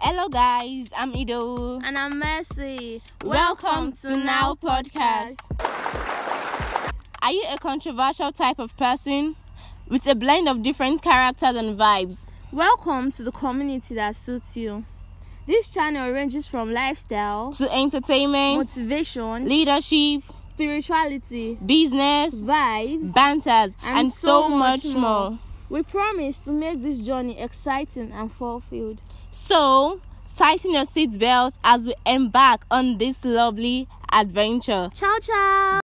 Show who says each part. Speaker 1: Hello, guys. I'm Ido.
Speaker 2: And I'm Mercy.
Speaker 1: Welcome to Now Podcast. Are you a controversial type of person with a blend of different characters and vibes?
Speaker 2: Welcome to the community that suits you. This channel ranges from lifestyle,
Speaker 1: To entertainment,
Speaker 2: motivation,
Speaker 1: leadership,
Speaker 2: spirituality,
Speaker 1: business,
Speaker 2: vibes.
Speaker 1: banters, and,
Speaker 2: And
Speaker 1: so,
Speaker 2: so
Speaker 1: much,
Speaker 2: much
Speaker 1: more.
Speaker 2: more. We promise to make this journey exciting and fulfilled.
Speaker 1: So, tighten your seatbelts as we embark on this lovely adventure.
Speaker 2: Ciao, ciao.